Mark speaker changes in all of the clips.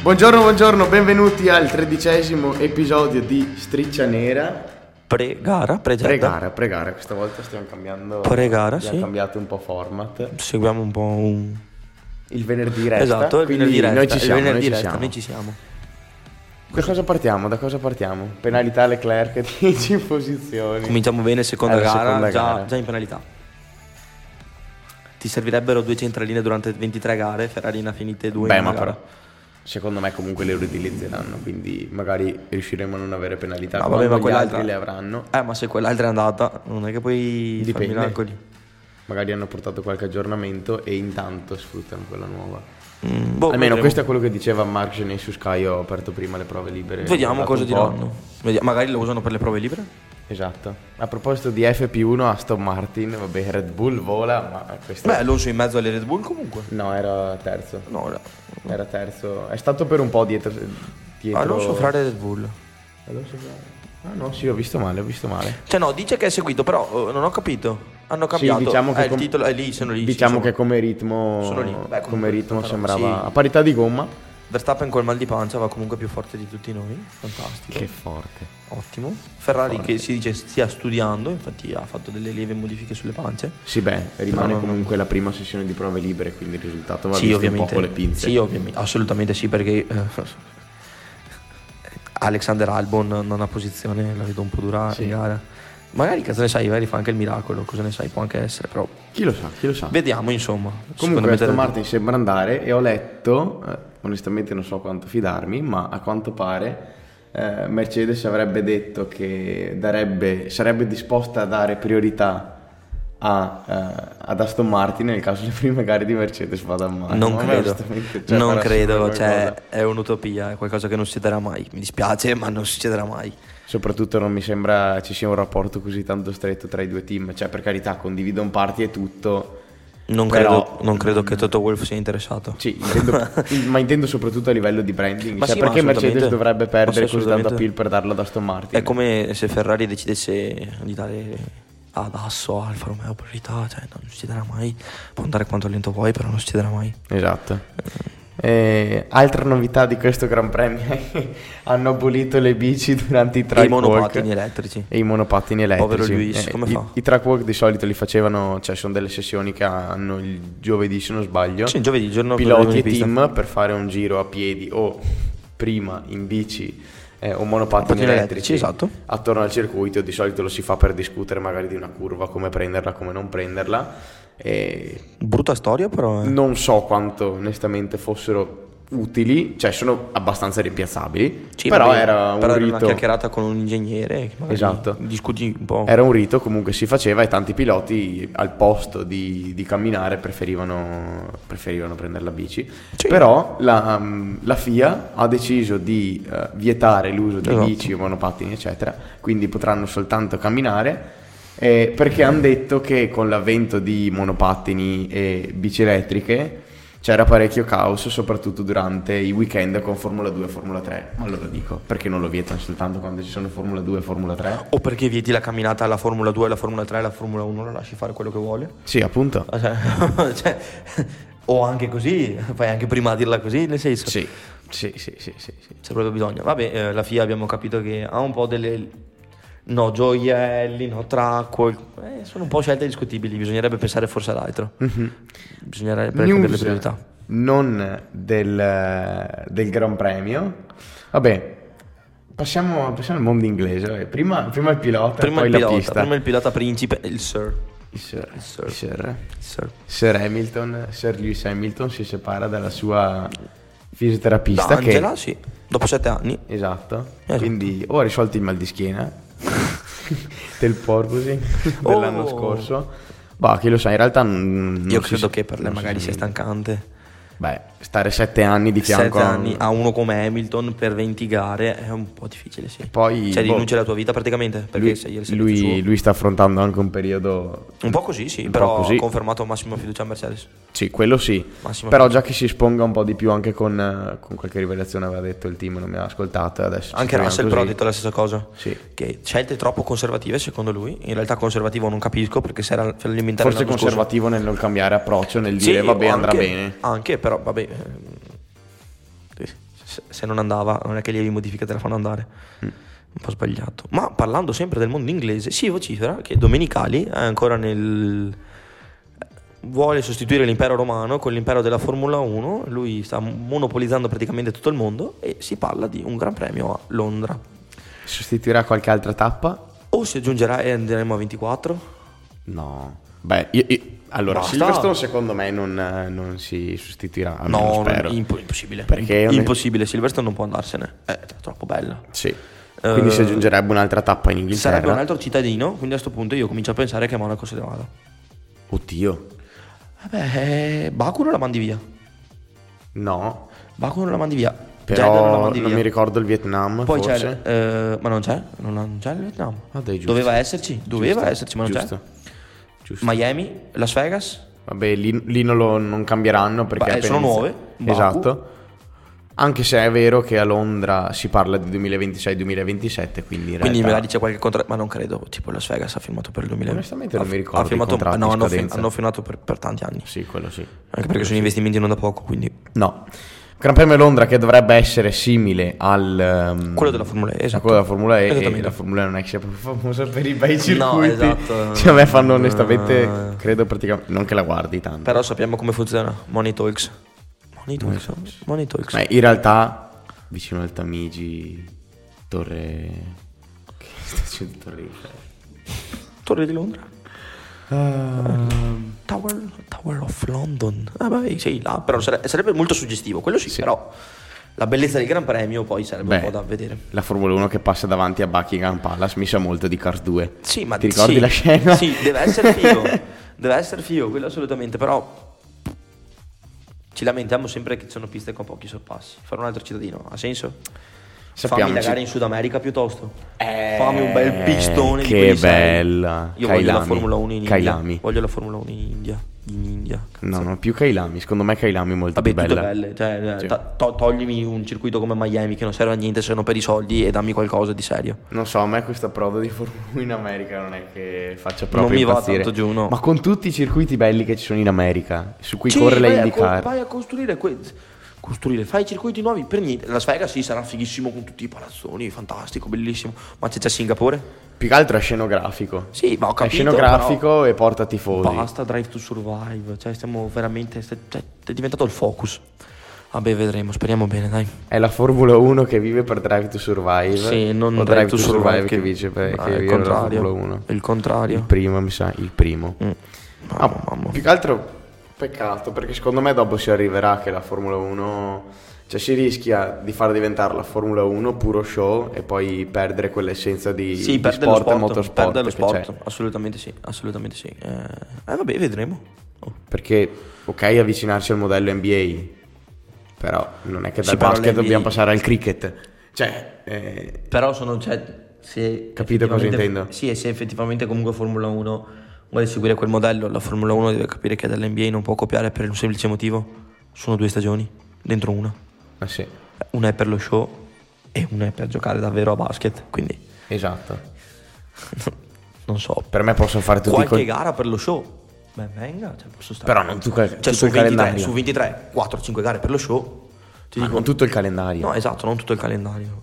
Speaker 1: Buongiorno, buongiorno, benvenuti al tredicesimo episodio di Striccia Nera.
Speaker 2: Pre-gara, pre-getta.
Speaker 1: Pregara, pregara, questa volta stiamo cambiando.
Speaker 2: Pregara,
Speaker 1: abbiamo
Speaker 2: sì.
Speaker 1: cambiato un po' format.
Speaker 2: Seguiamo un po' un...
Speaker 1: Il venerdì resta.
Speaker 2: esatto, il
Speaker 1: quindi
Speaker 2: venerdì resta.
Speaker 1: Noi ci siamo.
Speaker 2: il venerdì
Speaker 1: noi ci
Speaker 2: resta,
Speaker 1: siamo.
Speaker 2: noi ci siamo.
Speaker 1: Da cosa partiamo? Da cosa partiamo? Penalità Leclerc, 10 posizioni.
Speaker 2: Cominciamo bene, seconda
Speaker 1: È la
Speaker 2: gara,
Speaker 1: seconda
Speaker 2: già,
Speaker 1: gara.
Speaker 2: già in penalità. Ti servirebbero due centraline durante 23 gare, Ferrari ne ha finite due
Speaker 1: Beh,
Speaker 2: in
Speaker 1: ma
Speaker 2: gara.
Speaker 1: però. Secondo me comunque le utilizzeranno, quindi magari riusciremo a non avere penalità.
Speaker 2: No, vabbè,
Speaker 1: quando
Speaker 2: ma
Speaker 1: cioè, gli
Speaker 2: quell'altra-
Speaker 1: altri le avranno.
Speaker 2: Eh, ma se quell'altra è andata, non è che puoi
Speaker 1: Dipende.
Speaker 2: fare miracoli.
Speaker 1: Magari hanno portato qualche aggiornamento e intanto sfruttano quella nuova.
Speaker 2: Mm, boh,
Speaker 1: Almeno
Speaker 2: vedremo.
Speaker 1: questo è quello che diceva Mark Gené su Sky, ho aperto prima le prove libere. ho
Speaker 2: Vediamo
Speaker 1: dato
Speaker 2: cosa
Speaker 1: un po'.
Speaker 2: diranno. Vediamo- Magari lo usano per le prove libere?
Speaker 1: Esatto. A proposito di FP1 Aston Martin, vabbè, Red Bull vola, ma questo...
Speaker 2: Beh, Alonso in mezzo alle Red Bull comunque.
Speaker 1: No, era terzo.
Speaker 2: No, ora.
Speaker 1: Era terzo. È stato per un po' dietro... dietro...
Speaker 2: Alonso Ah, fra le Red Bull.
Speaker 1: Alonso Frare. Ah no, sì, ho visto male, ho visto male.
Speaker 2: Cioè no, dice che è seguito, però eh, non ho capito. Hanno cambiato.
Speaker 1: Sì, diciamo che
Speaker 2: eh, il
Speaker 1: com-
Speaker 2: titolo è lì, sono lì. sì,
Speaker 1: Diciamo
Speaker 2: sono-
Speaker 1: che come ritmo...
Speaker 2: Sono lì. Beh, comunque,
Speaker 1: come ritmo
Speaker 2: però,
Speaker 1: sembrava...
Speaker 2: sì.
Speaker 1: A parità di gomma.
Speaker 2: Verstappen col mal di pancia va comunque più forte di tutti noi. Fantastico.
Speaker 1: Che forte.
Speaker 2: Ottimo. Ferrari che si dice stia studiando, infatti ha fatto delle lieve modifiche sulle pance.
Speaker 1: Sì, beh, rimane
Speaker 2: Però-
Speaker 1: comunque la prima sessione di prove libere, quindi il risultato va
Speaker 2: sì,
Speaker 1: visto
Speaker 2: ovviamente.
Speaker 1: un po' con le pinze.
Speaker 2: Sì, ovviamente, assolutamente sì, perché eh, Alexander Albon non ha posizione, la vedo un po' dura
Speaker 1: Sì.
Speaker 2: in gara. Magari cosa ne sai, magari fa anche il miracolo, cosa ne sai, può anche essere, però
Speaker 1: Chi lo sa, chi lo sa.
Speaker 2: vediamo insomma. Secondo
Speaker 1: Comunque
Speaker 2: me
Speaker 1: Aston
Speaker 2: te-
Speaker 1: Martin sembra andare e ho letto, eh, onestamente non so quanto fidarmi, ma a quanto pare eh, Mercedes avrebbe detto che darebbe- sarebbe disposta a dare priorità a, eh, ad Aston Martin nel caso le prime gare di Mercedes vadano male.
Speaker 2: Non
Speaker 1: Eh, Ma a me
Speaker 2: credo,
Speaker 1: onestamente, cioè,
Speaker 2: non
Speaker 1: farà
Speaker 2: credo,
Speaker 1: sempre
Speaker 2: cioè,
Speaker 1: qualcosa.
Speaker 2: è un'utopia, è qualcosa che non succederà mai. Mi dispiace, ma non succederà mai.
Speaker 1: Soprattutto non mi sembra ci sia un rapporto così tanto stretto tra i due team, cioè per carità condivido un party e tutto.
Speaker 2: Non,
Speaker 1: Però-
Speaker 2: credo, non credo che Toto Wolff sia interessato.
Speaker 1: Sì, intendo- ma intendo soprattutto a livello di branding.
Speaker 2: Ma
Speaker 1: cioè,
Speaker 2: sì, ma
Speaker 1: perché Mercedes
Speaker 2: assolutamente.
Speaker 1: dovrebbe perdere
Speaker 2: Ma sì,
Speaker 1: così tanto
Speaker 2: assolutamente.
Speaker 1: appeal per darlo ad Aston Martin?
Speaker 2: È come se Ferrari decidesse di dare ad Asso, Alfa Romeo priorità, cioè non succederà mai. Può andare quanto lento vuoi, però non succederà mai.
Speaker 1: Esatto. Eh, altra novità di questo Gran Premio hanno abolito le bici durante i
Speaker 2: E i
Speaker 1: track walk
Speaker 2: monopattini elettrici.
Speaker 1: e i monopattini elettrici. Eh,
Speaker 2: Povero Luis, come
Speaker 1: i,
Speaker 2: fa?
Speaker 1: I track walk di solito li facevano, cioè sono delle sessioni che hanno il giovedì se non sbaglio.
Speaker 2: Sì, giovedì, il giorno che
Speaker 1: piloti e
Speaker 2: arrivano in
Speaker 1: team per fare un giro a piedi o prima in bici eh, o monopattini
Speaker 2: Monopattini
Speaker 1: elettrici
Speaker 2: elettrici, esatto.
Speaker 1: attorno al circuito di solito lo si fa per discutere magari di una curva come prenderla come non prenderla e
Speaker 2: Brutta storia, però. eh.
Speaker 1: non so quanto onestamente fossero utili cioè sono abbastanza rimpiazzabili
Speaker 2: Sì,
Speaker 1: però
Speaker 2: vabbè,
Speaker 1: era un
Speaker 2: però una
Speaker 1: rito
Speaker 2: chiacchierata con un ingegnere. che magari
Speaker 1: Esatto.
Speaker 2: Discuti un po'.
Speaker 1: era un rito comunque si faceva e tanti piloti al posto di, di camminare preferivano, preferivano prendere la bici.
Speaker 2: Sì.
Speaker 1: Però la, mm, la FIA ha deciso di eh, vietare l'uso di
Speaker 2: Esatto.
Speaker 1: bici, monopattini, eccetera, quindi potranno soltanto camminare. eh, perché hanno detto che con l'avvento di monopattini e bici elettriche c'era parecchio caos, soprattutto durante i weekend con Formula 2 e Formula 3. Ma allora dico, perché non lo vietano soltanto quando ci sono Formula 2 e Formula 3?
Speaker 2: O perché vieti la camminata alla Formula 2, alla Formula 3, alla Formula 1, la lasci fare quello che vuole.
Speaker 1: Sì, appunto.
Speaker 2: Ah, cioè- cioè, o anche così, fai anche prima a dirla così, nel senso.
Speaker 1: Sì, sì, sì, sì, sì, sì.
Speaker 2: Se proprio bisogna. Vabbè, eh, la FIA abbiamo capito che ha un po' delle... No, gioielli, no, tracco. eh, sono un po' scelte discutibili, bisognerebbe pensare forse ad altro. Bisognerebbe
Speaker 1: Mhm. News,
Speaker 2: cambiare le priorità.
Speaker 1: Non del, del Gran Premio. Vabbè, passiamo, passiamo al mondo inglese. eh. Prima, prima il pilota,
Speaker 2: Prima
Speaker 1: poi
Speaker 2: il,
Speaker 1: la
Speaker 2: pilota,
Speaker 1: pista.
Speaker 2: prima il pilota principe, il Sir.
Speaker 1: Il Sir, il Sir.
Speaker 2: Sir. Sir.
Speaker 1: Sir Hamilton, Sir Lewis Hamilton si separa dalla sua fisioterapista
Speaker 2: Da
Speaker 1: che...
Speaker 2: Angela, sì. Dopo sette anni.
Speaker 1: Esatto.
Speaker 2: Esatto.
Speaker 1: Quindi o ha risolto il mal di schiena del porpoising
Speaker 2: Oh.
Speaker 1: dell'anno scorso. Bah, chi lo sa, in realtà non- non
Speaker 2: Io
Speaker 1: si
Speaker 2: credo
Speaker 1: sa-
Speaker 2: che per lei
Speaker 1: non si
Speaker 2: magari
Speaker 1: sa
Speaker 2: sia
Speaker 1: niente.
Speaker 2: stancante.
Speaker 1: Beh, stare sette anni di fianco
Speaker 2: Sette
Speaker 1: a un-
Speaker 2: anni ah, a uno come Hamilton per 20 gare è un po' difficile, sì.
Speaker 1: Poi,
Speaker 2: cioè,
Speaker 1: boh,
Speaker 2: rinuncia alla tua vita praticamente. Perché
Speaker 1: lui,
Speaker 2: sei il
Speaker 1: lui-
Speaker 2: suo.
Speaker 1: lui sta affrontando anche un periodo...
Speaker 2: Un po' così, sì,
Speaker 1: un po'
Speaker 2: però
Speaker 1: così.
Speaker 2: ha confermato massima fiducia a Mercedes.
Speaker 1: Sì, quello sì.
Speaker 2: Massimo.
Speaker 1: Però già che si esponga un po' di più anche con, eh, con qualche rivelazione aveva detto il team, non mi ha ascoltato. e Adesso ci
Speaker 2: Anche
Speaker 1: troviamo
Speaker 2: Russell però ha
Speaker 1: così.
Speaker 2: detto la stessa cosa.
Speaker 1: Sì.
Speaker 2: Che scelte troppo conservative secondo lui. In realtà conservativo non capisco perché se era fallimentare
Speaker 1: Forse
Speaker 2: l'anno
Speaker 1: conservativo nel non cambiare approccio, nel
Speaker 2: scorso.
Speaker 1: dire
Speaker 2: Sì,
Speaker 1: vabbè
Speaker 2: o
Speaker 1: andrà
Speaker 2: anche-
Speaker 1: bene.
Speaker 2: Anche però vabbè. ehm, sì, se- se non andava, non è che gli avevi modifiche te la fanno andare.
Speaker 1: Mm.
Speaker 2: Un po' sbagliato. Ma parlando sempre del mondo inglese, si vocifera che Domenicali è ancora nel... vuole sostituire l'impero romano con l'impero della Formula 1, lui sta monopolizzando praticamente tutto il mondo e si parla di un gran premio a Londra.
Speaker 1: Sostituirà qualche altra tappa?
Speaker 2: O si aggiungerà e andremo a 24?
Speaker 1: No. Beh, io- io- allora,
Speaker 2: Basta.
Speaker 1: Silverstone secondo me non, eh, non si sostituirà. almeno
Speaker 2: No, non-
Speaker 1: spero.
Speaker 2: imp- impossibile.
Speaker 1: Perché
Speaker 2: Imp-
Speaker 1: ne-
Speaker 2: impossibile, Silverstone non può andarsene. Eh, È troppo bella.
Speaker 1: Sì. Quindi
Speaker 2: Eh,
Speaker 1: si aggiungerebbe un'altra tappa in Inghilterra.
Speaker 2: Sarebbe un altro cittadino, quindi a questo punto io comincio a pensare che Monaco se ne vada.
Speaker 1: Oddio.
Speaker 2: Vabbè, eh, Baku non la mandi via.
Speaker 1: No.
Speaker 2: Baku non la mandi via. Jeddah non la
Speaker 1: Però
Speaker 2: mandi
Speaker 1: non
Speaker 2: via.
Speaker 1: mi ricordo il Vietnam,
Speaker 2: Poi
Speaker 1: forse.
Speaker 2: c'è. eh, ma non c'è? Non, non c'è il Vietnam.
Speaker 1: Ah, dai, giusto.
Speaker 2: Doveva esserci, doveva
Speaker 1: Giusto,
Speaker 2: esserci, ma non
Speaker 1: giusto.
Speaker 2: c'è.
Speaker 1: Giusto.
Speaker 2: Miami, Las Vegas.
Speaker 1: Vabbè, lì, lì non, lo- non cambieranno perché...
Speaker 2: Beh,
Speaker 1: appena
Speaker 2: sono
Speaker 1: inizia-
Speaker 2: nuove, Baku.
Speaker 1: Esatto. Anche se è vero che a Londra si parla di 2026-2027, quindi in
Speaker 2: Quindi
Speaker 1: realtà-
Speaker 2: magari c'è qualche contratto, ma non credo. Tipo Las Vegas ha firmato per il 2000.
Speaker 1: Onestamente non
Speaker 2: ha-
Speaker 1: mi ricordo
Speaker 2: Ha
Speaker 1: i
Speaker 2: firmato,
Speaker 1: contratti
Speaker 2: no,
Speaker 1: in
Speaker 2: hanno, fi-
Speaker 1: scadenza.
Speaker 2: hanno firmato per, per tanti anni.
Speaker 1: Sì, quello sì.
Speaker 2: Anche perché sono investimenti non da poco, quindi.
Speaker 1: No. Gran Premio Londra che dovrebbe essere simile al... ehm,
Speaker 2: Quello della Formula E, esatto.
Speaker 1: Quello della Formula E, e
Speaker 2: Esattamente.
Speaker 1: la Formula E non è che sia proprio famosa per i bei circuiti.
Speaker 2: No, esatto.
Speaker 1: Cioè, a me fanno onestamente,
Speaker 2: Eh.
Speaker 1: credo praticamente... Non che la guardi tanto.
Speaker 2: Però sappiamo come funziona. Money Talks. Money Talks. Money Talks.
Speaker 1: Ma in realtà, vicino al Tamigi, Torre. Che sta dicendo Torre Eiffel?
Speaker 2: Torre di Londra. Eh. Tower, Tower of London. Ah, beh, sì, là, però sare- sarebbe molto suggestivo, quello sì, però la bellezza del Gran Premio poi sarebbe
Speaker 1: Beh.
Speaker 2: un po' da vedere.
Speaker 1: La Formula 1 che passa davanti a Buckingham Palace mi sa molto di Cars 2.
Speaker 2: Sì, ma
Speaker 1: Ti ricordi
Speaker 2: sì,
Speaker 1: la scena?
Speaker 2: Sì, deve essere figo. deve essere figo, quello assolutamente, però ci lamentiamo sempre che ci sono piste con pochi sorpassi. Fare un altro cittadino ha senso? Fammi la
Speaker 1: Sappiamoci.
Speaker 2: gara in Sud America piuttosto.
Speaker 1: Eh,
Speaker 2: Fammi un bel pistone di
Speaker 1: che
Speaker 2: quelli, sai.
Speaker 1: bella.
Speaker 2: Io voglio la
Speaker 1: Kailami.
Speaker 2: Formula 1 in
Speaker 1: Kailami.
Speaker 2: India. Voglio la Formula 1 in India. In India.
Speaker 1: No, no, più Kailami. Secondo me Kailami è molto
Speaker 2: Vabbè,
Speaker 1: più
Speaker 2: tutte
Speaker 1: bella.
Speaker 2: belle. Cioè, eh,
Speaker 1: Sì.
Speaker 2: ta- to- toglimi un circuito come Miami che non serve a niente se non per i soldi e dammi qualcosa di serio.
Speaker 1: Non so, a me questa prova di Formula 1 in America non è che faccia proprio
Speaker 2: Non mi va
Speaker 1: impazzire.
Speaker 2: tanto giù, no.
Speaker 1: Ma con tutti i circuiti belli che ci sono in America, su cui
Speaker 2: Sì,
Speaker 1: corre la
Speaker 2: vai a
Speaker 1: IndyCar.
Speaker 2: co- vai a costruire que- costruire, fai circuiti nuovi per niente. Las Vegas sì, sarà fighissimo con tutti i palazzoni, fantastico, bellissimo. Ma c'è già Singapore?
Speaker 1: Più che altro è scenografico.
Speaker 2: Sì, ma ho capito,
Speaker 1: È scenografico e porta tifosi.
Speaker 2: Basta Drive to Survive, cioè stiamo veramente sta- cioè, è diventato il focus. Vabbè, vedremo, speriamo bene, dai.
Speaker 1: È la Formula 1 che vive per Drive to Survive.
Speaker 2: Sì, non
Speaker 1: o
Speaker 2: Drive to Survive
Speaker 1: che,
Speaker 2: che-
Speaker 1: vive per
Speaker 2: Ah,
Speaker 1: che
Speaker 2: il
Speaker 1: vive per la
Speaker 2: contrario.
Speaker 1: Formula 1.
Speaker 2: Il contrario.
Speaker 1: Il primo, mi sa, il primo.
Speaker 2: Mm.
Speaker 1: Ah,
Speaker 2: Mamma, mamma.
Speaker 1: Più che altro peccato perché secondo me dopo si arriverà che la Formula 1 cioè si rischia di far diventare la Formula 1 puro show e poi perdere quell'essenza di,
Speaker 2: Sì,
Speaker 1: di
Speaker 2: perde
Speaker 1: sport,
Speaker 2: lo
Speaker 1: e
Speaker 2: sport,
Speaker 1: motorsport cioè,
Speaker 2: perde lo
Speaker 1: che c'è.
Speaker 2: sport, assolutamente sì, assolutamente sì. Eh, eh, vabbè, vedremo. Oh.
Speaker 1: Perché ok avvicinarsi al modello NBA, però non è che
Speaker 2: Sì,
Speaker 1: dal
Speaker 2: però
Speaker 1: basket
Speaker 2: l'NBA
Speaker 1: dobbiamo passare al cricket. Cioè, eh,
Speaker 2: Però sono, cioè, se...
Speaker 1: Capito cosa
Speaker 2: effettivamente-
Speaker 1: intendo?
Speaker 2: Sì, e se effettivamente comunque Formula 1 vuole seguire quel modello, la Formula 1 deve capire che dall'NBA non può copiare per un semplice motivo. Sono due stagioni, dentro una.
Speaker 1: ah sì,
Speaker 2: Una è per lo show e una è per giocare davvero a basket, quindi
Speaker 1: esatto.
Speaker 2: non so.
Speaker 1: Per me possono fare tutti i
Speaker 2: Qualche
Speaker 1: col-
Speaker 2: gara per lo show. Beh, venga, cioè, posso stare.
Speaker 1: Però non tu cal- tutto
Speaker 2: cioè, su
Speaker 1: il
Speaker 2: 23,
Speaker 1: calendario.
Speaker 2: su 23, 4-5 gare per lo show. Ti
Speaker 1: Ma
Speaker 2: dico,
Speaker 1: con tutto il calendario.
Speaker 2: No, esatto, non tutto il calendario.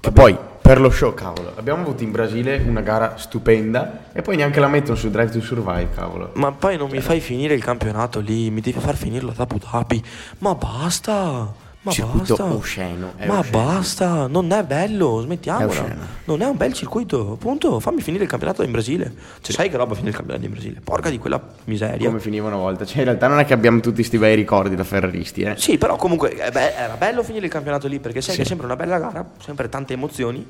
Speaker 1: Che poi per lo show, cavolo. Abbiamo avuto in Brasile una gara stupenda e poi neanche la mettono su Drive to Survive, cavolo.
Speaker 2: Ma poi non mi fai finire il campionato lì, mi devi far finirlo ad Abu Dhabi. Ma basta! Ma
Speaker 1: Circuito
Speaker 2: basta!
Speaker 1: osceno, è
Speaker 2: Ma
Speaker 1: osceno.
Speaker 2: basta! Non è bello,
Speaker 1: È
Speaker 2: smettiamola.
Speaker 1: osceno.
Speaker 2: Non è un bel circuito, punto. Fammi finire il campionato in Brasile. Cioè, sai che roba finire il campionato in Brasile? Porca di quella miseria.
Speaker 1: Come finiva una volta. Cioè, in realtà non è che abbiamo tutti sti bei ricordi da ferraristi, eh.
Speaker 2: Sì, però comunque eh, beh, era bello finire il campionato lì perché sai che è sempre una bella gara, sempre tante emozioni.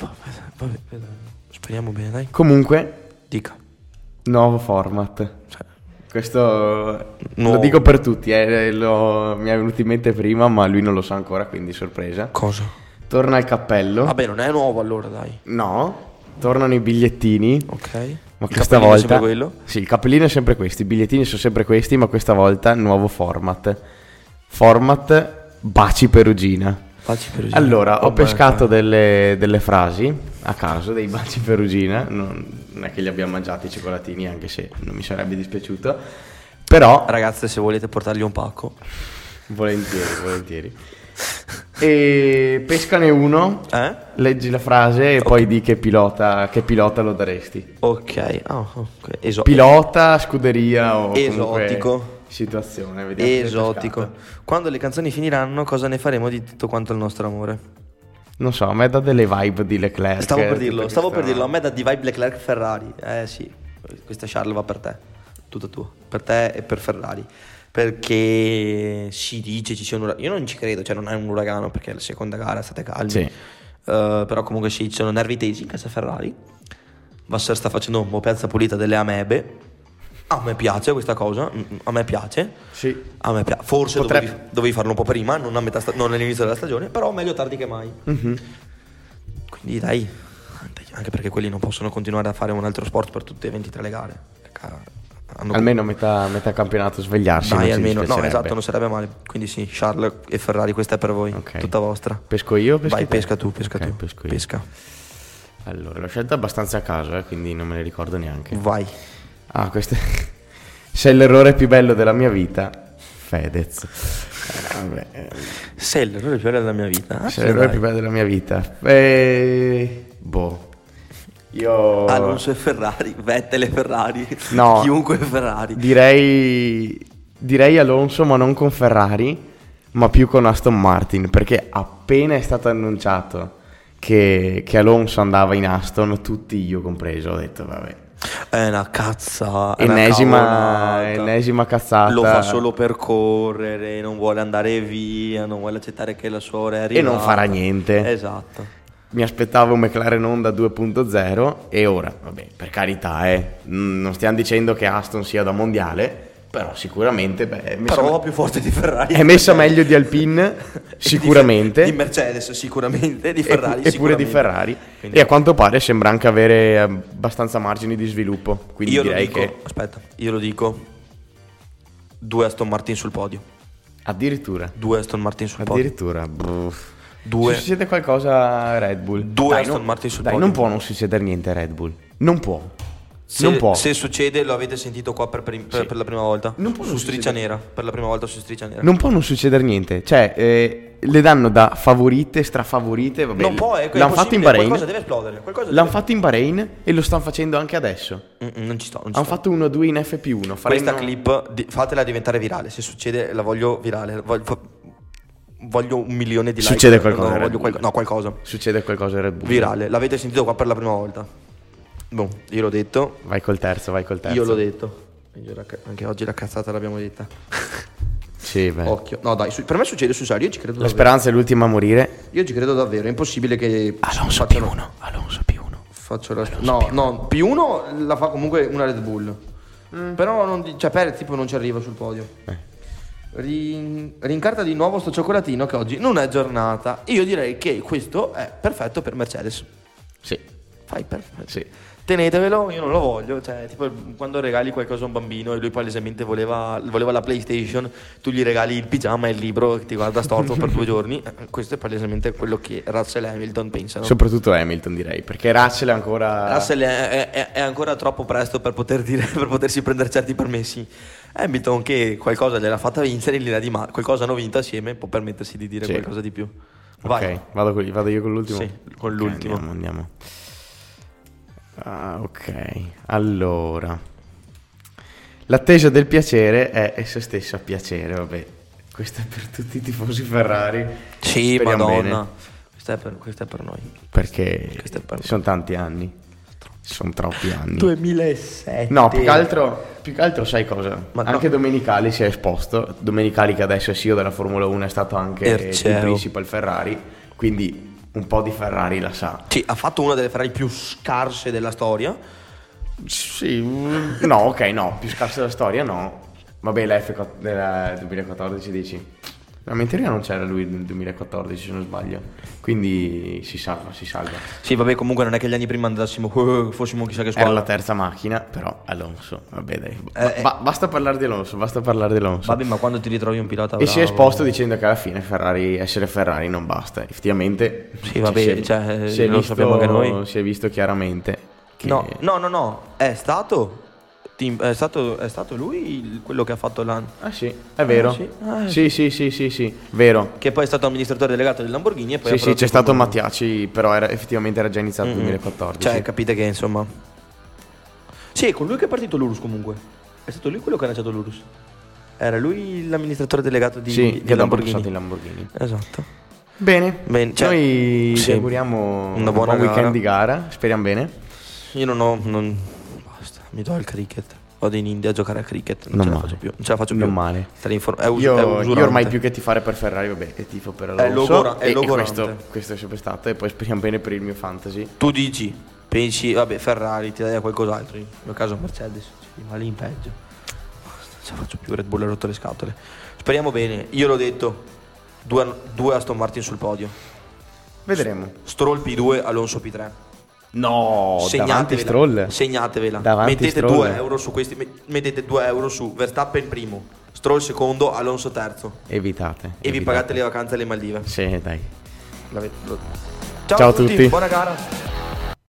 Speaker 2: Vabbè, vabbè, vabbè, speriamo bene, dai.
Speaker 1: Comunque,
Speaker 2: Dica.
Speaker 1: nuovo format.
Speaker 2: Cioè,
Speaker 1: Questo
Speaker 2: No.
Speaker 1: lo dico per tutti, eh, lo- mi è venuto in mente prima, ma lui non lo sa ancora, quindi sorpresa.
Speaker 2: cosa?
Speaker 1: Torna il cappello.
Speaker 2: Vabbè, non è nuovo allora, dai.
Speaker 1: No, tornano i bigliettini.
Speaker 2: Ok.
Speaker 1: Ma
Speaker 2: Il
Speaker 1: questa
Speaker 2: cappellino è
Speaker 1: volta
Speaker 2: sempre quello.
Speaker 1: Sì, il cappellino è sempre questo, i bigliettini sono sempre questi, ma questa volta nuovo format. Format baci perugina.
Speaker 2: Facci per esempio.
Speaker 1: Allora, ho
Speaker 2: Oh,
Speaker 1: pescato delle, delle frasi a caso, dei baci perugina, non, non è che li abbiamo mangiati i cioccolatini, anche se non mi sarebbe dispiaciuto, però
Speaker 2: Ragazze, se volete portargli un pacco,
Speaker 1: volentieri, volentieri. E pescane uno,
Speaker 2: Eh?
Speaker 1: leggi la frase e poi di che pilota, che pilota lo daresti.
Speaker 2: Ok. Ah, ok. Eso-
Speaker 1: Pilota, scuderia o comunque
Speaker 2: Esotico.
Speaker 1: situazione. Vediamo se hai
Speaker 2: Esotico.
Speaker 1: pescato.
Speaker 2: Quando le canzoni finiranno, cosa ne faremo di tutto quanto il nostro amore?
Speaker 1: Non so, a me dà delle vibe di Leclerc.
Speaker 2: Stavo per
Speaker 1: tutto
Speaker 2: dirlo, stavo per
Speaker 1: questo-
Speaker 2: dirlo. A me da Divide Leclerc Ferrari. Eh sì, questa Charles va per te, tutta tua, per te e per Ferrari. Perché si dice ci sia un uragano. Io non ci credo, cioè non è un uragano perché è la seconda gara, state calmi.
Speaker 1: Sì.
Speaker 2: Eh, però comunque sì, ci sono nervi tesi in casa Ferrari. Vassar sta facendo un po' piazza pulita delle amebe. A me piace questa cosa, mm, a me piace.
Speaker 1: Sì.
Speaker 2: A me piace. Forse
Speaker 1: Potrebbe-
Speaker 2: dovevi, dovevi farlo un po' prima, non, a metà sta- non all'inizio della stagione, però meglio tardi che mai.
Speaker 1: Mhm.
Speaker 2: Quindi dai, dai, anche perché quelli non possono continuare a fare un altro sport per tutte e 23 le gare. Ca- hanno-
Speaker 1: Almeno metà, metà campionato svegliarsi. non
Speaker 2: dai,
Speaker 1: ci
Speaker 2: almeno, no,
Speaker 1: dispiacerebbe.
Speaker 2: esatto, non sarebbe male. Quindi sì, Charles e Ferrari, questa è per voi,
Speaker 1: Ok.
Speaker 2: tutta vostra.
Speaker 1: Pesco io? o peschi
Speaker 2: Vai,
Speaker 1: te?
Speaker 2: pesca tu, pesca
Speaker 1: Ok,
Speaker 2: tu.
Speaker 1: pesco io.
Speaker 2: Pesca.
Speaker 1: Allora, l'ho scelta abbastanza a caso, eh, quindi non me ne ricordo neanche.
Speaker 2: Vai.
Speaker 1: Ah, questo Se l'errore più bello della mia vita, Fedez. Eh, vabbè, eh,
Speaker 2: Sei l'errore più bello della mia vita. Ah,
Speaker 1: Se
Speaker 2: sì,
Speaker 1: l'errore
Speaker 2: dai.
Speaker 1: più bello della mia vita. Eh, boh. Io
Speaker 2: Alonso e Ferrari, Vettel e Ferrari,
Speaker 1: No.
Speaker 2: chiunque e Ferrari.
Speaker 1: direi direi Alonso, ma non con Ferrari, ma più con Aston Martin, perché appena è stato annunciato che, che Alonso andava in Aston, tutti io compreso, ho detto vabbè.
Speaker 2: È una cazza. è una
Speaker 1: Ennesima,
Speaker 2: cavolata.
Speaker 1: ennesima cazzata.
Speaker 2: Lo fa solo per correre, non vuole andare via, non vuole accettare che la sua ora è
Speaker 1: E
Speaker 2: arrivata.
Speaker 1: non farà niente.
Speaker 2: Esatto.
Speaker 1: Mi aspettavo un McLaren Honda 2.0 e ora, vabbè, per carità, eh, mm, non stiamo dicendo che Aston sia da mondiale, però sicuramente beh, è, messa,
Speaker 2: Però più forte di Ferrari.
Speaker 1: è messa meglio di Alpine, sicuramente,
Speaker 2: Di, Mercedes sicuramente, di
Speaker 1: e- e
Speaker 2: Ferrari
Speaker 1: pure di
Speaker 2: sicuramente.
Speaker 1: Ferrari,
Speaker 2: Quindi-
Speaker 1: e a quanto pare sembra anche avere eh, abbastanza margini di sviluppo, quindi
Speaker 2: io lo
Speaker 1: direi
Speaker 2: dico,
Speaker 1: che
Speaker 2: aspetta, io lo dico. Due Aston Martin sul podio.
Speaker 1: addirittura,
Speaker 2: Due Aston Martin sul podio.
Speaker 1: addirittura, bruff.
Speaker 2: Due.
Speaker 1: succede qualcosa a Red Bull,
Speaker 2: Due
Speaker 1: dai,
Speaker 2: Aston
Speaker 1: non,
Speaker 2: Martin sul
Speaker 1: dai,
Speaker 2: podio.
Speaker 1: non può non succedere niente a Red Bull, non può,
Speaker 2: Se,
Speaker 1: non può.
Speaker 2: se succede lo avete sentito qua per, prim- per- per la prima volta.
Speaker 1: Non può
Speaker 2: su
Speaker 1: non
Speaker 2: striscia nera, per la prima volta su striscia nera.
Speaker 1: Non può non succedere niente, cioè eh, le danno da favorite, strafavorite, vabbè.
Speaker 2: Non può, è, è
Speaker 1: eh, l'hanno fatto in
Speaker 2: possibile,
Speaker 1: Bahrain.
Speaker 2: Qualcosa deve esplodere, qualcosa
Speaker 1: L'hanno
Speaker 2: deve-
Speaker 1: fatto in Bahrain e lo stanno facendo anche adesso.
Speaker 2: Mm, mm, non ci sto, non ci
Speaker 1: Hanno
Speaker 2: sto.
Speaker 1: fatto 1-2 in FP1.
Speaker 2: Questa
Speaker 1: faranno-
Speaker 2: clip di- fatela diventare virale. Se succede, la voglio virale. Voglio, fa- voglio un milione di like.
Speaker 1: Succede qualcosa,
Speaker 2: No,
Speaker 1: Red
Speaker 2: voglio
Speaker 1: Bull.
Speaker 2: qual- no, qualcosa.
Speaker 1: Succede qualcosa a Red Bull.
Speaker 2: Virale. L'avete sentito qua per la prima volta. Boh, io l'ho detto.
Speaker 1: Vai col terzo, vai col terzo.
Speaker 2: Io l'ho detto. Quindi ora- Anche oggi la cazzata l'abbiamo detta.
Speaker 1: Sì, beh.
Speaker 2: Occhio. No, dai, su- per me succede su serio. Io ci credo
Speaker 1: La
Speaker 2: davvero.
Speaker 1: speranza è l'ultima a morire.
Speaker 2: Io ci credo davvero. È impossibile che.
Speaker 1: Alonso
Speaker 2: facciano-
Speaker 1: P1. Alonso P1.
Speaker 2: Faccio la... No, no, P1 la fa comunque una Red Bull. Però non, di- cioè, Perez tipo non ci arriva sul podio. Rin- rincarta di nuovo sto cioccolatino che oggi non è giornata. Io direi che questo è perfetto per Mercedes.
Speaker 1: Sì,
Speaker 2: Fai perfetto.
Speaker 1: sì.
Speaker 2: Tenetevelo, io non lo voglio. Cioè, tipo quando regali qualcosa a un bambino e lui palesemente voleva, voleva la PlayStation, tu gli regali il pigiama e il libro che ti guarda storto per due giorni. Eh, Questo è palesemente quello che Russell e Hamilton pensano.
Speaker 1: Soprattutto Hamilton, direi. Perché Russell è ancora.
Speaker 2: Russell è, è- è ancora troppo presto per, poter dire- per potersi prendere certi permessi. Hamilton che qualcosa gliel'ha fatta vincere, gliel'ha di ma- qualcosa hanno vinto assieme, può permettersi di dire
Speaker 1: Sì.
Speaker 2: qualcosa di più. Vai.
Speaker 1: Ok, vado, con- vado io con l'ultimo.
Speaker 2: Sì, con
Speaker 1: Ok,
Speaker 2: l'ultimo.
Speaker 1: andiamo, andiamo. Ah, ok, allora. L'attesa del piacere è essa stessa piacere, vabbè. Questo è per tutti i tifosi Ferrari.
Speaker 2: Sì,
Speaker 1: Speriamo
Speaker 2: madonna.
Speaker 1: bene,
Speaker 2: Questa è, per, questa è per noi.
Speaker 1: perché
Speaker 2: Questo è per-
Speaker 1: sono tanti anni. Sono troppi anni.
Speaker 2: 2007.
Speaker 1: No, più che altro, più che altro sai cosa?
Speaker 2: Ma no.
Speaker 1: anche Domenicali si è esposto. Domenicali, che adesso è CEO della Formula 1, è stato anche
Speaker 2: Erceo.
Speaker 1: il principal Ferrari. Quindi un po' di Ferrari la sa.
Speaker 2: Sì, ha fatto una delle Ferrari più scarse della storia.
Speaker 1: Sì, mm, no, ok, no, più scarsa della storia, no. Vabbè, la F del 2014 dici. La mentoria non c'era lui nel 2014, se non sbaglio. Quindi si salva, si salva.
Speaker 2: Sì, vabbè, comunque non è che gli anni prima andassimo, "Eh, fossimo chissà che
Speaker 1: Era la
Speaker 2: squadra.
Speaker 1: terza macchina, però Alonso. Vabbè, dai.
Speaker 2: Eh, eh.
Speaker 1: Ba- basta parlare di Alonso, basta parlare di Alonso.
Speaker 2: Vabbè, ma quando ti ritrovi un pilota...
Speaker 1: E si è
Speaker 2: bravo-
Speaker 1: esposto dicendo che alla fine Ferrari, essere Ferrari non basta. Effettivamente,
Speaker 2: Sì, vabbè,
Speaker 1: si è-
Speaker 2: cioè,
Speaker 1: si è
Speaker 2: lo sappiamo anche noi.
Speaker 1: Si è visto chiaramente che
Speaker 2: No, no, no, no, è stato team- è, stato, è stato lui il- quello che ha fatto l'AN,
Speaker 1: Ah sì, è vero.
Speaker 2: sì. Ah,
Speaker 1: sì. sì, sì, sì, sì, vero.
Speaker 2: che poi è stato amministratore delegato del Lamborghini e poi
Speaker 1: Sì,
Speaker 2: ha
Speaker 1: sì,
Speaker 2: prodotto
Speaker 1: c'è
Speaker 2: il
Speaker 1: stato
Speaker 2: Lamborghini.
Speaker 1: Mattiaci, però era- effettivamente era già iniziato il
Speaker 2: Mm.
Speaker 1: 2014.
Speaker 2: Cioè,
Speaker 1: sì.
Speaker 2: capite che insomma. Sì, è con lui che è partito l'Urus comunque. È stato lui quello che ha lanciato l'Urus. Era lui l'amministratore delegato di,
Speaker 1: Sì,
Speaker 2: di
Speaker 1: che dopo è
Speaker 2: Lamborghini.
Speaker 1: passato in Lamborghini.
Speaker 2: Esatto.
Speaker 1: Bene,
Speaker 2: Bene, cioè,
Speaker 1: noi
Speaker 2: sì.
Speaker 1: ci auguriamo
Speaker 2: Una
Speaker 1: un buon
Speaker 2: buona
Speaker 1: weekend
Speaker 2: gara.
Speaker 1: di gara, speriamo bene.
Speaker 2: Io non ho. non- Basta, mi do al cricket. Vado in India a giocare a cricket. Non,
Speaker 1: Non
Speaker 2: ce la
Speaker 1: male.
Speaker 2: faccio più. Non ce la faccio più.
Speaker 1: Non male.
Speaker 2: Stare in forma- è us-
Speaker 1: io,
Speaker 2: è
Speaker 1: io
Speaker 2: usurante.
Speaker 1: ormai più che tifare per Ferrari, vabbè, è tifo per Alonso.
Speaker 2: logora- è
Speaker 1: e- e
Speaker 2: logorante.
Speaker 1: questo, questo è sempre stato e poi speriamo bene per il mio fantasy.
Speaker 2: Tu dici, pensi, vabbè, Ferrari ti dai a qualcos'altro. Nel mio caso, Mercedes. Sì, ma lì in peggio. Basta, non ce la faccio più. Red Bull ha rotto le scatole. Speriamo bene. Io l'ho detto. Due, due Aston Martin sul podio.
Speaker 1: Vedremo.
Speaker 2: Stroll P2, Alonso P3.
Speaker 1: No, Oh, davanti
Speaker 2: Segnatevela.
Speaker 1: Stroll.
Speaker 2: Segnatevela.
Speaker 1: Davanti
Speaker 2: mettete
Speaker 1: Stroll.
Speaker 2: 2 euro su questi. met- Mettete 2 euro su Verstappen primo, Stroll secondo, Alonso terzo.
Speaker 1: Evitate.
Speaker 2: E vi pagate le vacanze alle Maldive.
Speaker 1: Sì, dai.
Speaker 2: La ve- lo-
Speaker 1: Ciao a tutti.
Speaker 2: Buona gara.